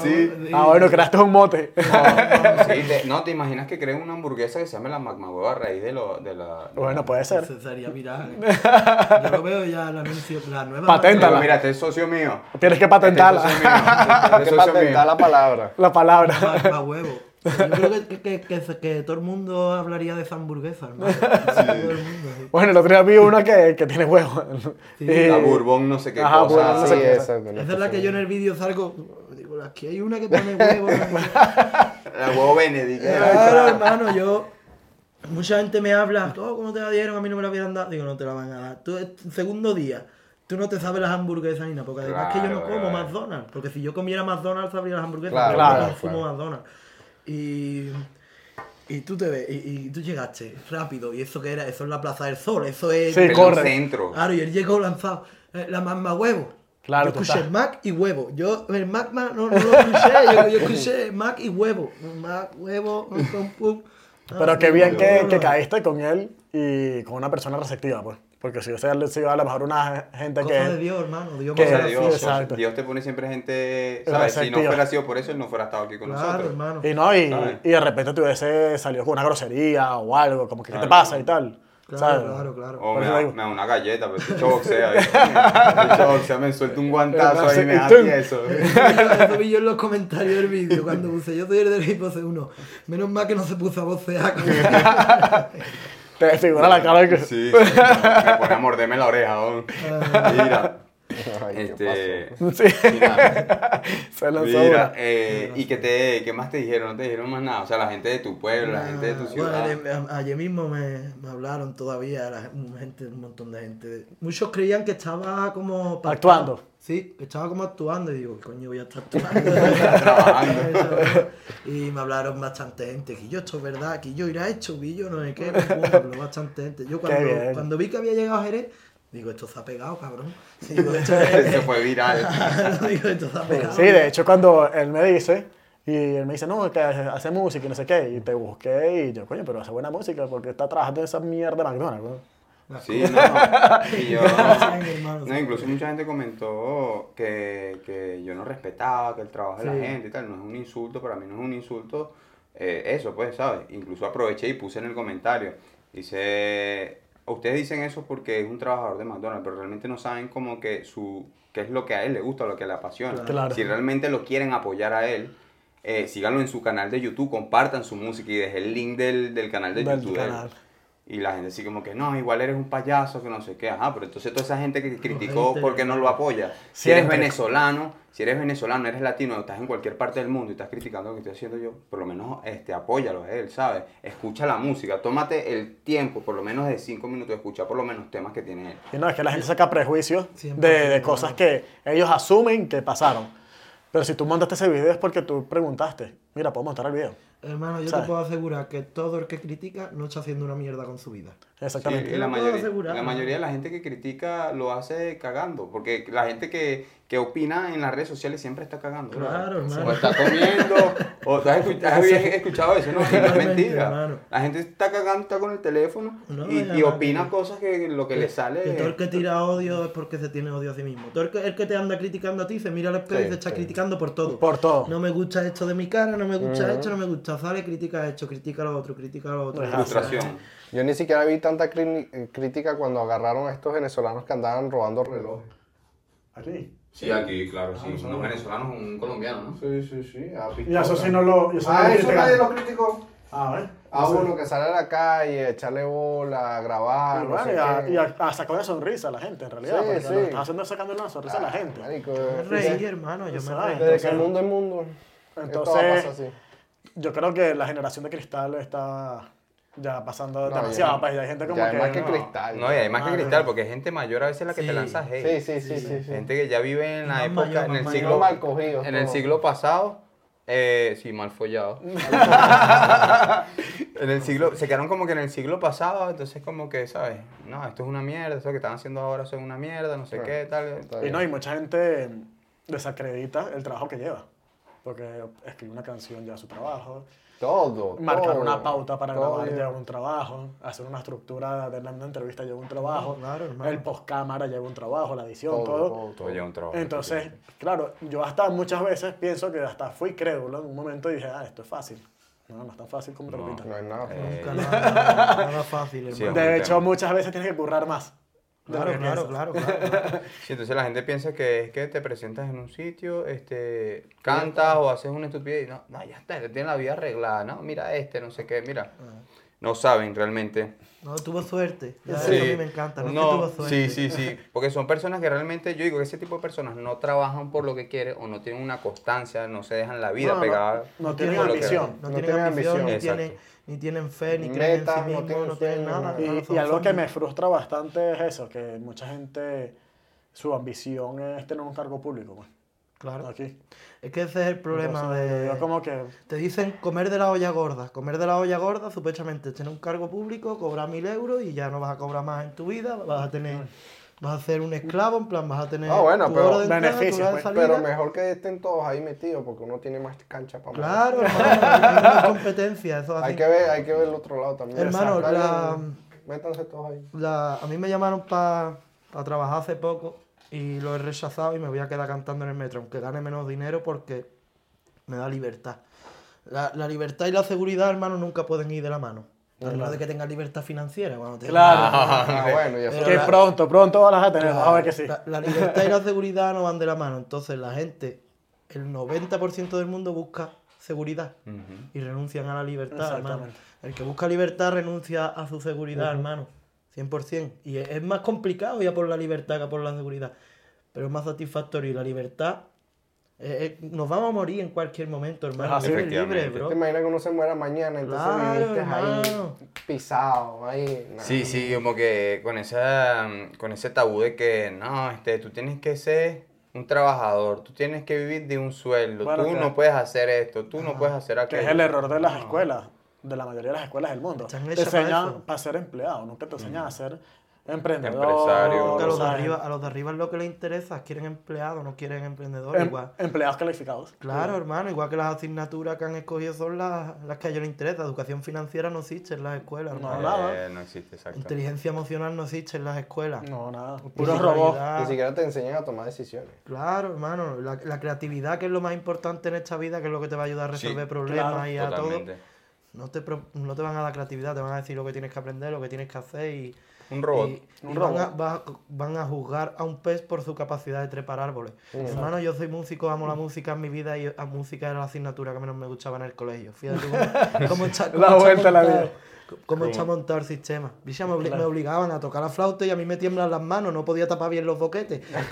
Sí. Ah, bueno, creaste un mote. Oh, Sí, te- no, te imaginas que creen una hamburguesa que se llama la Magma Huevo a raíz de, lo, de la. de Bueno, la- puede ser. Se sería viral. Yo lo veo ya el anuncio, la nueva. Patenta. Pero Cuéntala. mira, este es socio mío. Tienes que Este es socio patentarla, mío. Hay Este que es socio mío. patentar la palabra. la palabra. Más, más huevo. Yo creo que, que, que, que- que todo el mundo hablaría de esa hamburguesa, hermano. Todo el mundo, sí. Bueno, el otro día vi una que, que tiene huevo. Y- La Bourbon, no sé qué Ajá, cosa. Bourbon, no Ah, sé sí, qué. exacto. Esa es la que yo en el vídeo salgo. Digo, aquí hay una que pone huevo. ¿no? La huevo Benedict. Ah, Claro, hermano, yo. Mucha gente me habla, oh, ¿cómo te la dieron? A mí no me la hubieran dado. Digo, no te la van a dar. Tú, eh, segundo día, tú no te sabes las hamburguesas ni nada, porque además que yo no Claro, como claro. McDonald's. Porque si yo comiera McDonald's, sabría las hamburguesas. Claro, pero yo no claro, consumo claro. McDonald's. Y. Y tú te ves, y, y tú llegaste rápido, y eso que era, eso es la Plaza del Sol, eso es. Sí, Pelón corre. centro. Claro, y él llegó lanzado. eh, La mamá huevo. Claro, yo tú escuché estás. Mac y huevo. Yo, el Mac ma- no, no lo escuché. Yo, yo escuché Mac y huevo. Mac, huevo, pum, pum. Ah, Pero qué no, bien no, que, no, que no. caíste con él y con una persona receptiva, pues. Porque si hubiese sido a lo mejor una gente Cosa de que... Dios, hermano. Dios que- O sea, me Dios, lo sí, exacto. Dios te pone siempre gente. ¿Sabes? Si no Receptiva. fuera sido por eso, él no fuera estado aquí con Claro, nosotros. hermano. Y no, y, Ay. y de repente te hubiese salido con una grosería o algo, como que ¿qué te Claro. pasa y tal? Claro, ¿sabes? claro, claro. O Por me eso da, digo. me da una galleta, pero este boxea. ¿viste? Este boxea, me suelta un guantazo ahí y me da tieso. Eso vi yo en los comentarios del vídeo cuando puse yo soy el del equipo C1. Menos mal que no se puso a vocear. Te desfigura la cara. que- Sí, sí, me pone a morderme la oreja, don. Ah. Mira, Ay, ¿qué este... pasó? Sí. Mira, Se lanzó mira, una. eh, ¿y qué, te, qué más te dijeron? ¿No te dijeron más nada? O sea, la gente de tu pueblo, la gente de tu Bueno, ciudad. de- a- ayer mismo me, me hablaron todavía la gen- gente, un montón de gente. Muchos creían que estaba como... pactado. Actuando. Sí, que estaba como actuando y digo, coño, voy a estar actuando. Trabajando. Eso, ¿no? y me hablaron bastante gente, que yo esto es verdad, que yo irá hecho, que yo no sé qué, pum, me habló bastante gente. Yo cuando, bien. cuando vi que había llegado a Jerez, digo, esto se ha pegado, cabrón. Digo, esto es- Se fue viral. digo, esto se ha pegado. Sí, de hecho, cuando él me dice, y él me dice, no, que hace música y no sé qué, y te busqué, y yo, coño, pero hace buena música, porque está trabajando en esa mierda de McDonald's, weón?". Sí, no. Y yo... Ay, hermano. No, incluso mucha gente comentó que, que yo no respetaba, que el trabajo de Sí. la gente y tal, no es un insulto, para mí no es un insulto eh, eso, pues, ¿sabes? Incluso aproveché y puse en el comentario, dice, ustedes dicen eso porque es un trabajador de McDonald's, pero realmente no saben como que su, qué es lo que a él le gusta, lo que le apasiona. Claro. Si realmente lo quieren apoyar a él, eh, síganlo en su canal de YouTube, compartan su música y dejé el link del, del canal de Del YouTube. de él. canal. Y la gente así como que, no, igual eres un payaso, que no sé qué, ajá, pero entonces toda esa gente que criticó haters. porque no lo apoya. Si Siempre. eres venezolano, si eres venezolano, eres latino, estás en cualquier parte del mundo y estás criticando lo que estoy haciendo yo, por lo menos este, apóyalo a él, ¿sabes? Escucha la música, tómate el tiempo, por lo menos de cinco minutos, de escuchar por lo menos temas que tiene él. Y no, es que la gente saca prejuicios de, 100%, de cosas que ellos asumen que pasaron. Pero si tú montaste ese video es porque tú preguntaste, mira, puedo montar el video. Hermano, yo ¿Sabes? te puedo asegurar que todo el que critica no está haciendo una mierda con su vida. Exactamente. Sí, y Eh, la, Lo puedo mayoría, asegurar. la mayoría de la gente que critica lo hace cagando, porque la gente que, que opina en las redes sociales siempre está cagando. ¿verdad? Claro, hermano. O está comiendo, o ¿tú has, escu- has bien escuchado eso, ¿no? Que no es Totalmente, mentira. hermano. La gente está cagando, está con el teléfono No, y, ya, y ya. opina cosas que lo que le sale Que todo el es... que tira odio es porque se tiene odio a sí mismo. Todo el que, el que te anda criticando a ti se mira al espejo Sí, y te está sí. criticando por todo. Por todo. No me gusta esto de mi cara, no me gusta esto, no me gusta. Sale, critica esto, critica lo otro, critica lo Pues otro. Ajá. frustración. Yo ni siquiera vi tanta cri- eh, crítica cuando agarraron a estos venezolanos que andaban robando relojes. Aquí. Sí, aquí, claro, sí. Unos venezolanos, un colombiano, ¿no? Sí, sí, sí. A Y eso sí no lo... y eso no Ah, lo eso critican. Ah, nadie lo criticó. A ver. A uno que sale a la calle, echarle bola, a grabar. Y no ah, bueno, sé y a, qué. y a- a sacar una sonrisa a la gente, en realidad. Sí, porque sí. Ah, lo que estás haciendo es sacando una sonrisa a la gente. Marico, Me Pues eh, reí, hermano, yo me Exacto. reí. desde entonces- que el mundo es mundo. esto va a entonces- pasar así. Yo creo que la generación de cristal está ya pasando No, ya demasiado, no. pues ya hay gente como Ya hay que... más que no, cristal. No, y además que Ah, cristal, no. porque es gente mayor a veces la que te Sí. lanza hate. Sí, sí, sí, sí. sí. Gente que ya vive en la Más época, mayor, en más el mayor. siglo, Mal cogido, en el todo. siglo pasado, eh, sí, mal follado. en el siglo, se quedaron como que en el siglo pasado, entonces como que, ¿sabes? No, esto es una mierda, eso que están haciendo ahora eso es una mierda, no sé Claro. qué, tal. Está Y bien. no, y mucha gente desacredita el trabajo que lleva. Porque escribir una canción ya es su trabajo, Todo. marcar todo, una pauta para todo. grabar lleva un trabajo, hacer una estructura de una una entrevista lleva un trabajo, Claro, hermano. el postcámara lleva un trabajo, la edición, Todo, todo. todo, todo. Todo lleva un trabajo. Entonces, claro, yo hasta muchas veces pienso que hasta fui crédulo en un momento y dije, ah, esto es fácil. No, no es tan fácil como te lo No. pintan. No es nada. Eh, Nunca nada, nada fácil, Sí, hermano. es un De hecho, tema. muchas veces tienes que currar más. de lo Claro, que claro, piensas. claro, claro, claro. Sí, entonces la gente piensa que es que te presentas en un sitio, este, cantas o haces una estupidez y no, no, ya está, tienen la vida arreglada, ¿no? Mira este, no sé qué, mira. No saben realmente. No, tuvo suerte. Ya, Sí. Eso a mí me encanta. No, es que tuvo sí, suerte. sí, sí. Porque son personas que realmente, yo digo que ese tipo de personas no trabajan por lo que quieren o no tienen una constancia, no se dejan la vida No, no, pegada. no por tienen lo que- ambición. No No, tienen tienen ambición, ambición. ni Exacto. tienen, ni tienen fe, ni creen en sí Metas, no mismos, no tienen tienen, sueños, nada. nada. Y, hermano, y son- algo son- que me frustra bastante es eso, que mucha gente, su ambición es tener un cargo público, pues, Claro. aquí. Es que ese es el problema Entonces, de... Yo como que... Te dicen comer de la olla gorda. Comer de la olla gorda, supuestamente, tener un cargo público, cobrar mil euros y ya no vas a cobrar más en tu vida. Vas a tener... Vas a ser un esclavo, en plan, vas a tener... Ah, bueno, tu pero hora de entrada, tu beneficios, hora de pues, salida. Pero mejor que estén todos ahí metidos porque uno tiene más cancha para Claro, hermano, hay más competencia. Eso es Hay así. que ver, hay que ver el otro lado también. Hermano, Está la- bien, Métanse todos ahí. La- a mí me llamaron para trabajar hace poco y lo he rechazado y me voy a quedar cantando en el metro, aunque gane menos dinero porque me da libertad. La, la libertad y la seguridad, hermano, nunca pueden ir de la mano. A menos de que tengas libertad financiera. cuando te- Ah, bueno, ya Pero sé. que la- pronto, pronto vas a tener, vas a ver que sí. La, la libertad y la seguridad no van de la mano. Entonces la gente, el 90% del mundo busca seguridad Ujú. y renuncian a la libertad, hermano. Exactamente. El que busca libertad renuncia a su seguridad, hermano. 100%. Y es, es más complicado ya por la libertad que por la seguridad. Pero es más satisfactorio. Y la libertad. eh, eh, nos vamos a morir en cualquier momento, hermano. así. Tú eres libre, Ah, Efectivamente. bro. Te Este imaginas que uno se muera mañana, entonces Claro, viviste hermano. ahí pisado, ahí. nah. Sí, sí, como que con, esa, con ese tabú de que no, este, tú tienes que ser un trabajador, tú tienes que vivir de un sueldo, Bueno, tú te- no puedes hacer esto, tú no puedes hacer Que aquello. es el error de las escuelas, de la mayoría de las escuelas del mundo. Te Están hechas para enseñan eso. para ser empleado, nunca te enseñan a ser emprendedor. Empresario. Porque a los, de ¿sabes? arriba, a los de arriba es lo que les interesa. Quieren empleados, no quieren emprendedores. Em- Igual. empleados calificados. Claro, hermano, igual que las asignaturas que han escogido son las, las que a ellos les interesa. Educación financiera no existe en las escuelas, No, hermano. nada. Eh, no existe, exacto. Inteligencia emocional no existe en las escuelas. No, nada. Puros Musicalidad. robots. Ah. Ni siquiera te enseñan a tomar decisiones. Claro, hermano, la, la creatividad que es lo más importante en esta vida, que es lo que te va a ayudar a resolver Sí, problemas claro. y a todo. Totalmente. no te, pro- no te van a dar creatividad, te van a decir lo que tienes que aprender, lo que tienes que hacer y. Un robot. y- Un y van, a, robot. va- van a juzgar a un pez por su capacidad de trepar árboles. Hermano, yo soy músico, amo la música en mi vida y la música era la asignatura que menos me gustaba en el colegio. Fíjate cómo, cómo está, cómo La está vuelta a la montado- vida. c- cómo está montado el sistema. Bicha, me, obli- me obligaban a tocar la flauta y a mí me tiemblan las manos, no podía tapar bien los boquetes.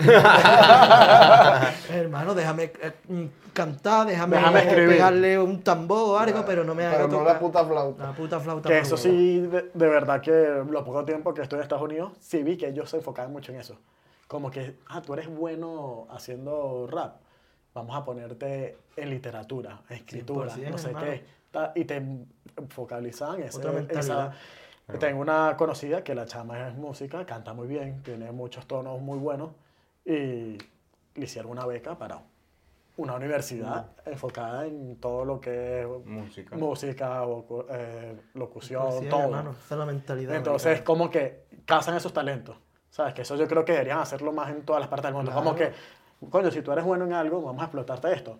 Hermano, déjame eh, mm, cantar, déjame, eh, Déjame escribir. pegarle un tambor o algo, pero no me Ah, hagas Ah, Pero no la puta flauta. la puta flauta. Que me eso duele. sí, de, de verdad que lo poco tiempo que estuve en Estados Unidos, sí vi que ellos se enfocaban mucho en eso. Como que, ah, tú eres bueno haciendo rap, vamos a ponerte en literatura, en escritura, 100%, no sé hermano. qué. Ta- Y te focalizaban en ese- Otra esa- mentalidad. Tengo una conocida que la chama es música, canta muy bien, tiene muchos tonos muy buenos y le hicieron una beca para una universidad Mm. enfocada en todo lo que es Música. música, vocu- eh, locución, Pues sí, todo. hermano, esa es la mentalidad. Entonces, como que cazan esos talentos. ¿Sabes? Que eso yo creo que deberían hacerlo más en todas las partes del mundo. Como que, Claro. coño, si tú eres bueno en algo, vamos a explotarte esto.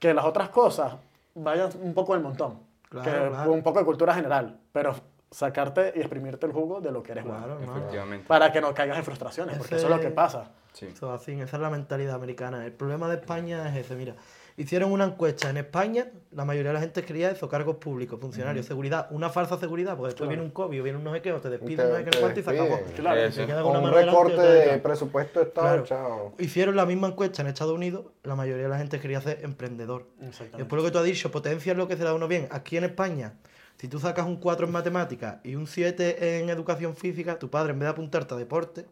Que las otras cosas vayan un poco al montón. Claro, que claro. Un poco de cultura general. Pero sacarte y exprimirte el jugo de lo que eres Claro, bueno. hermano. Efectivamente. Para que no caigas en frustraciones, porque Ese- eso es lo que pasa. Sí. Eso es así, esa es la mentalidad americana. El problema de España es ese, mira. Hicieron una encuesta en España, la mayoría de la gente quería eso, cargos públicos, funcionarios, seguridad, una falsa seguridad, porque después viene un COVID, o viene un no sé qué, o te despiden, Te- no sé qué, no te sé cuánto, y se acabó. despiden. Claro, Y se Ese. queda con O una un mano delante y recorte otra de detrás. presupuesto de Estado, Claro. chao. Hicieron la misma encuesta en Estados Unidos, la mayoría de la gente quería ser emprendedor. Exactamente. Después lo que tú has dicho, potencia es lo que se da uno bien. Aquí en España, si tú sacas un 4 en matemáticas y un 7 en educación física, tu padre en vez de apuntarte a deporte,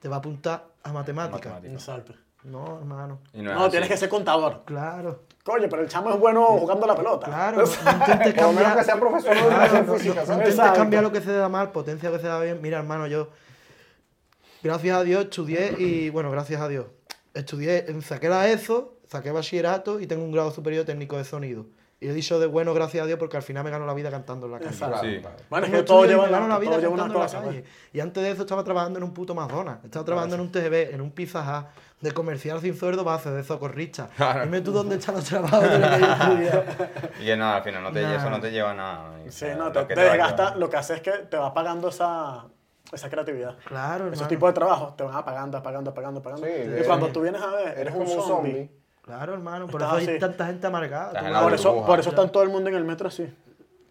te va a apuntar a matemáticas. Matemáticas. Exacto. No, hermano. Y No, es así. tienes que ser contador. Claro, Coño, pero el chamo es bueno jugando la pelota. claro. No, no intentes Por lo menos cambiar. que sea profesor de Claro, educación Ah, no- física, no- no ¿sabes? intentes Exacto. cambiar lo que se da mal, potencia lo que se da bien. Mira, hermano, yo, gracias a Dios, estudié y, bueno, gracias a Dios, estudié, saqué la ESO, saqué bachillerato y tengo un grado superior técnico de sonido. Y he dicho de bueno, gracias a Dios, porque al final me gano la vida cantando en la calle. Exacto. Sí. Bueno, es Uno que todo estudia y lleva, me gano la, todo lleva una cantando en la cosa. calle. pues. Y antes de eso estaba trabajando en un puto Madonna. Estaba trabajando en un TGV, en un Pizza Hut, de comercial sin sueldo base, de socorrista. Dime tú dónde están los trabajos de la que yo estudié. Y que nada, al final no te, Nah. eso no te lleva a nada. y, o pues. Sí, sea, no, lo te, que te va a desgasta. llevar. Lo que hace es que te va pagando esa, esa creatividad. Claro, hermano. Esos tipos de trabajos te van apagando, apagando, apagando, apagando. Sí, y eres- cuando tú vienes a ver, Eres como un zombie. zombie. Claro, hermano. Por Estaba eso hay así. tanta gente amargada. Estás tú, en la hermano. Por eso, burbuja. por eso está todo el mundo en el metro así.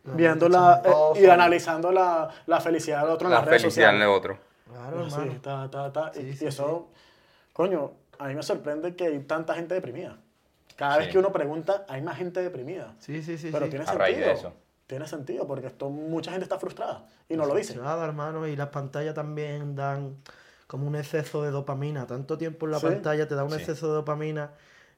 Viendo la, eh, Todos y zombies. analizando la, la felicidad del otro en La las redes felicidad de sociales. otro. Claro, Sí, hermano. ta, ta, ta. Sí, y, sí, y eso, coño, a mí me sorprende que hay tanta gente deprimida. Cada vez Sí. que uno pregunta, hay más gente deprimida. Sí, sí, sí. Pero sí. tiene A sentido. raíz de eso. Tiene sentido porque esto, mucha gente está frustrada y no lo dice. Nada, hermano. Y las pantallas también dan como un exceso de dopamina. Tanto tiempo en la Sí. pantalla te da un Sí. exceso de dopamina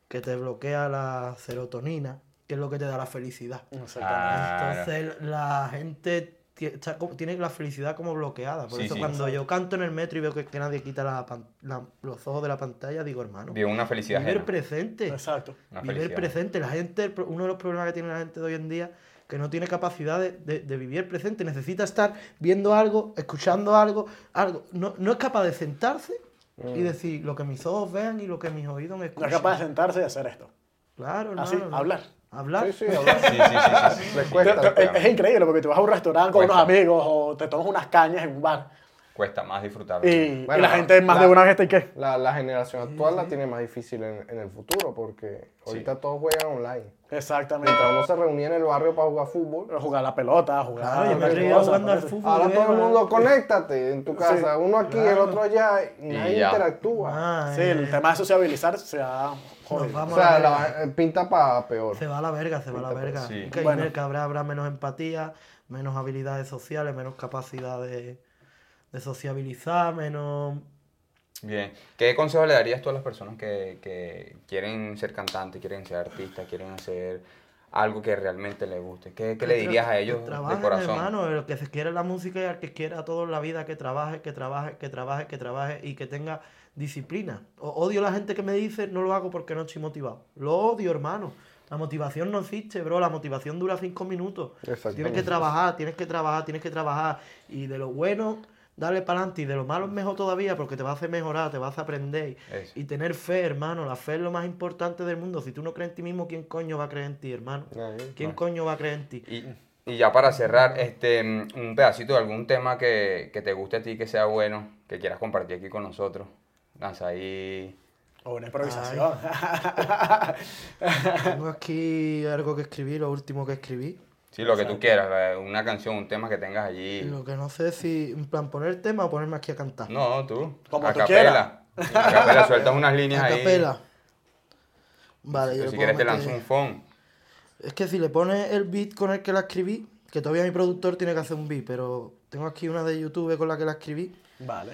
que te bloquea la serotonina, que es lo que te da la felicidad. Exactamente. Claro. Entonces la gente ti- está co- tiene la felicidad como bloqueada. Por Sí, eso sí. cuando yo canto en el metro y veo que, que nadie quita la pan- la- los ojos de la pantalla, digo, hermano, Vio una felicidad vive el ajena. presente. Exacto. Una Vivir el felicidad. presente. La gente, el pro- uno de los problemas que tiene la gente de hoy en día, que no tiene capacidad de, de- de vivir el presente. Necesita estar viendo algo, escuchando algo, algo. No, no es capaz de sentarse y Mm. decir lo que mis ojos vean y lo que mis oídos me No escuchan. es capaz de sentarse y hacer esto. Claro, hermano. Así, ¿no? hablar. Hablar. Sí, sí, hablar. Sí, sí, sí, sí, sí. Les Te- cuesta. te- es, es increíble porque tú vas a un restaurante con unos Cuesta. amigos o te tomas unas cañas en un bar Cuesta más disfrutarlo. y, y Bueno, la gente más de la- una vez te que La, la generación actual la tiene más difícil en, en el futuro porque ahorita todos juegan online. Exactamente. Mientras uno se reunía en el barrio para jugar fútbol, Jugar la pelota, jugar. Claro, yo me cualquier atreví a cosa, jugando al parece. fútbol. ahora todo el ¿verdad? mundo conéctate en tu casa. Uno aquí, el otro allá, y nadie ya. interactúa. Ah, Sí, eh, el tema de sociabilizar se ha nos jodido. O vamos a sea, la la- eh, verga. pinta para peor. Se va a la verga, se va a la verga. Sí. Que hay Bueno. mer- que habrá, habrá menos empatía, menos habilidades sociales, menos capacidad de, de sociabilizar, menos Bien. ¿Qué consejo le darías tú a las personas que, que quieren ser cantantes, quieren ser artistas, quieren hacer algo que realmente les guste? ¿Qué, qué le Que dirías tra- a que ellos de trabajen, corazón? hermano, el que se quiere la música y al que quiera todo en la vida, que trabaje, que trabaje, que trabaje, que trabaje y que tenga disciplina. O- odio a la gente que me dice, no lo hago porque no estoy motivado. Lo odio, hermano. La motivación no existe, bro. La motivación dura cinco minutos. Tienes que Exactamente. trabajar, tienes que trabajar, tienes que trabajar. Y de lo bueno, dale para adelante. Y de lo malo es mejor todavía porque te vas a hacer mejorar, te vas a aprender. Eso. Y tener fe, hermano. La fe es lo más importante del mundo. Si tú no crees en ti mismo, ¿quién coño va a creer en ti, hermano? Nadie. ¿Quién coño va a creer en ti? Y, Y ya para cerrar, este, mm, un pedacito de algún tema que, que te guste a ti, que sea bueno, que quieras compartir aquí con nosotros. Lanza ahí. O una improvisación. Tengo aquí algo que escribí, lo último que escribí. Sí, lo que tú quieras, eh, una canción, un tema que tengas allí. Lo que no sé si, en plan, poner el tema o ponerme aquí a cantar. No, tú. Como a tú capela. A capela, sueltas unas líneas a ahí. capela. Vale, Pero yo le si puedo quieres te lanzo meter- un phone. Es que si le pones el beat con el que la escribí, que todavía mi productor tiene que hacer un beat, pero tengo aquí una de YouTube con la que la escribí. Vale.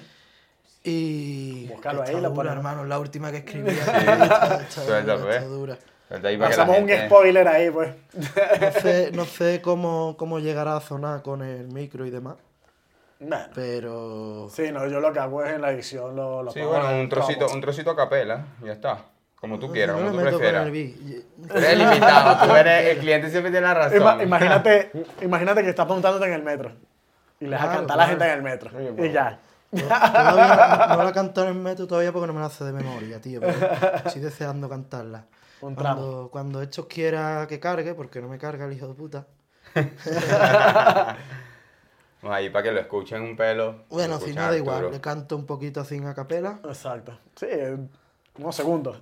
Y. Búscalo ahí, está la dura, ponemos. hermano, es la última que escribí. está, está dura, Suéltalo, eh. está dura. Suelta ahí para que la Pasamos un gente- spoiler ahí, pues. No sé, no sé cómo, cómo llegará a sonar con el micro y demás, Bueno. pero. Sí, no, yo lo que hago es en la edición lo, lo Sí, pongo bueno, en un trocito, promo. un trocito a capela, ya está. Como tú quieras, Yo como me tú meto con prefieras. el beat. Tú eres limitado, tú eres, el cliente siempre tiene la razón. Ima- imagínate, imagínate que estás preguntándote en el metro. Y les vas a Claro, cantar a la claro. gente en el metro. Oye, y pero- ya. Todavía no, no la he cantado en el metro todavía porque no me la hace de memoria, tío. Pero estoy deseando cantarla. Un tramo. cuando, cuando Hechos quiera que cargue, porque no me carga el hijo de puta. Vamos ahí para que lo escuchen un pelo. Bueno, lo si escuchen nada, Arturo. igual. Le canto un poquito así en a capela. Exacto. Sí, eh, unos segundos.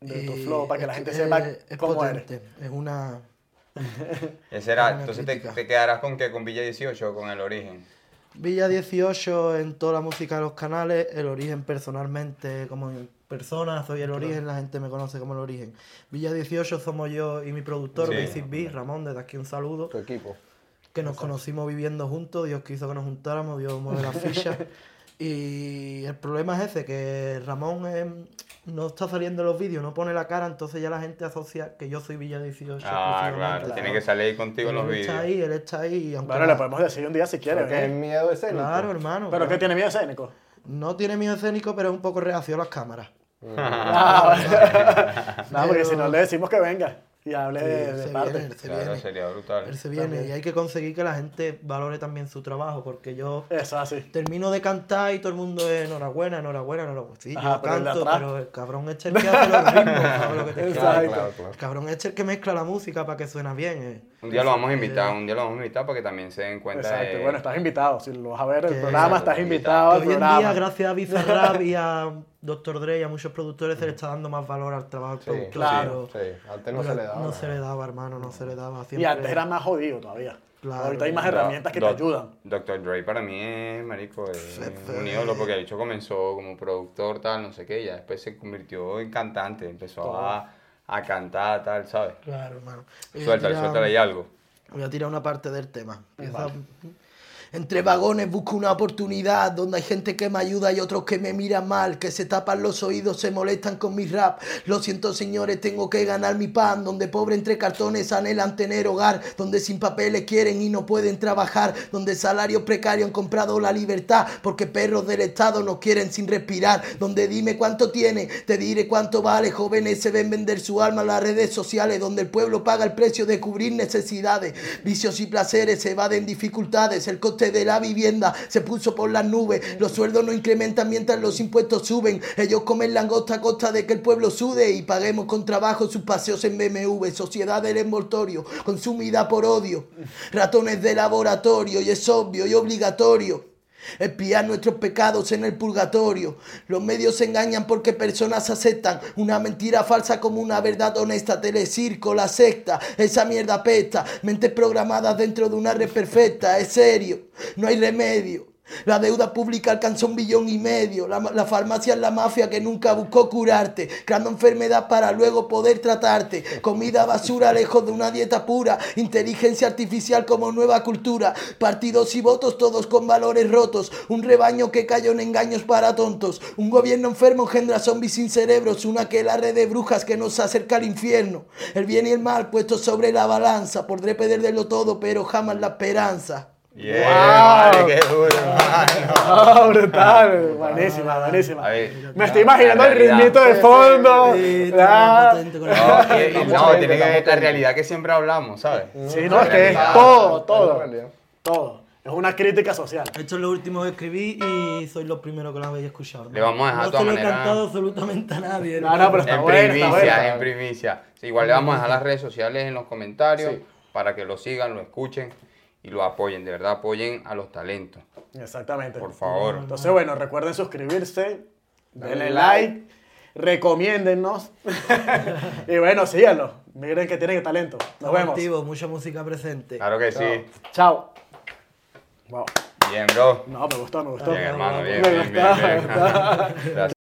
De tu y flow, para que la es- gente es- sepa es cómo potente, Es una. Ese era- Una entonces te, crítica. te quedarás con que con Villa 18 o con el origen. Villa 18 en toda la música de los canales, el origen personalmente como persona, soy el origen, la gente me conoce como el origen. Villa 18 somos yo y mi productor, Sí. Basic B, Ramón, desde aquí un saludo, Tu equipo. que nos conocimos viviendo juntos, Dios quiso que nos juntáramos, Dios mueve las fichas. Y el problema es ese, que Ramón eh, no está saliendo en los vídeos, no pone la cara, entonces ya la gente asocia que yo soy Villa 18. Ah, claro, exclusivamente. tiene que salir contigo en los Él está vídeos. ahí, él está ahí, y aunque Bueno, no- le podemos decir un día si quiere. Porque es ¿eh? miedo escénico. Claro, hermano. Pero claro. ¿qué tiene miedo escénico? No tiene miedo escénico, pero es un poco reacio a las cámaras. Ah, Ah, No, porque si no le decimos que venga y hable de, Eh, de se parte. viene, él se Claro, viene. sería brutal. Él se viene. Y hay que conseguir que la gente valore también su trabajo, porque yo Eso así. termino de cantar y todo el mundo es enhorabuena, enhorabuena, enhorabuena. Sí, Ajá, yo pero el de canto, atrás. pero el cabrón este es el que hace los ritmos, ¿sabes lo que te digo? Exacto. Claro, claro. El cabrón este es el que mezcla la música para que suena bien. eh. Un día lo vamos a invitar, un día lo vamos a invitar para que también se den cuenta Exacto. de... Bueno, estás invitado. Si lo vas a ver el Que- programa, estás Exacto, invitado al Hoy en día, Ah, programa. gracias a Bizarrap y a Dr. Dre y a muchos productores, se le está dando más valor al trabajo del Sí, productor. claro. Claro. Sí, antes no Pero se le daba. No nada. se le daba, hermano, no se le daba. Y Siempre- antes era más jodido todavía. Claro. Ahorita hay más Do- herramientas que te Doc- ayudan. Dr. Dre para mí es, marico, es Jefe. un ídolo porque el hecho comenzó como productor, tal, no sé qué, y ya después se convirtió en cantante, empezó a, a cantar, tal, ¿sabes? Claro, hermano. Voy a Suéltale, tirar- suéltale ahí algo. Voy a tirar una parte del tema. Empieza- Entre vagones busco una oportunidad donde hay gente que me ayuda y otros que me miran mal, que se tapan los oídos, se molestan con mi rap. Lo siento, señores, tengo que ganar mi pan, donde pobre entre cartones anhelan tener hogar, donde sin papeles quieren y no pueden trabajar, donde salarios precarios han comprado la libertad, porque perros del Estado no quieren sin respirar, donde dime cuánto tiene, te diré cuánto vale, jóvenes se ven vender su alma en las redes sociales, donde el pueblo paga el precio de cubrir necesidades, vicios y placeres se evaden dificultades, el coste de la vivienda se puso por las nubes, los sueldos no incrementan mientras los impuestos suben, ellos comen langosta a costa de que el pueblo sude y paguemos con trabajo sus paseos en BMW, sociedad del envoltorio, consumida por odio, ratones de laboratorio y es obvio y obligatorio. Espiar nuestros pecados en el purgatorio. Los medios se engañan porque personas aceptan una mentira falsa como una verdad honesta. Telecirco, la secta, esa mierda pesta. Mentes programadas dentro de una red perfecta. Es serio, no hay remedio. La deuda pública alcanzó un billón y medio. La, la farmacia es la mafia que nunca buscó curarte, creando enfermedad para luego poder tratarte. Comida basura lejos de una dieta pura. Inteligencia artificial como nueva cultura. Partidos y votos todos con valores rotos. Un rebaño que cayó en engaños para tontos. Un gobierno enfermo engendra zombies sin cerebros. Una aquelarre de brujas que nos acerca al infierno. El bien y el mal puestos sobre la balanza. Podré perderlo todo, pero jamás la esperanza. Yeah, vale, qué duro, mano. Ah, brutal. buenísima, buenísima. A ver, Me estoy imaginando el realidad. ritmito de fondo. Ah. No, y- y- no, Estamos tiene que ver contentos. la realidad que siempre hablamos, ¿sabes? Sí, no, es que es Realidad. todo, Es todo. la realidad. Todo. Es una crítica social. Esto es lo último que escribí y soy los primeros que lo habéis escuchado. Le vamos a dejar no toda se lo he manera- ¿eh? cantado absolutamente a nadie. No, no, pero está En bueno, está primicia, bueno. en primicia. Sí, igual le vamos a dejar las redes sociales en los comentarios. Sí. para que lo sigan, lo escuchen y lo apoyen. De verdad, apoyen a los talentos. Exactamente. Por favor. Entonces, bueno, recuerden suscribirse, denle like, recomiéndennos. y bueno, síganlo. Miren que tienen talento. Nos Estamos vemos. activos, mucha música presente. Claro que sí. Chao. Wow. Bien, bro. No, me gustó, me gustó. Bien, hermano. Bien, me bien, bien. gustó, me bien. gustó. Gracias.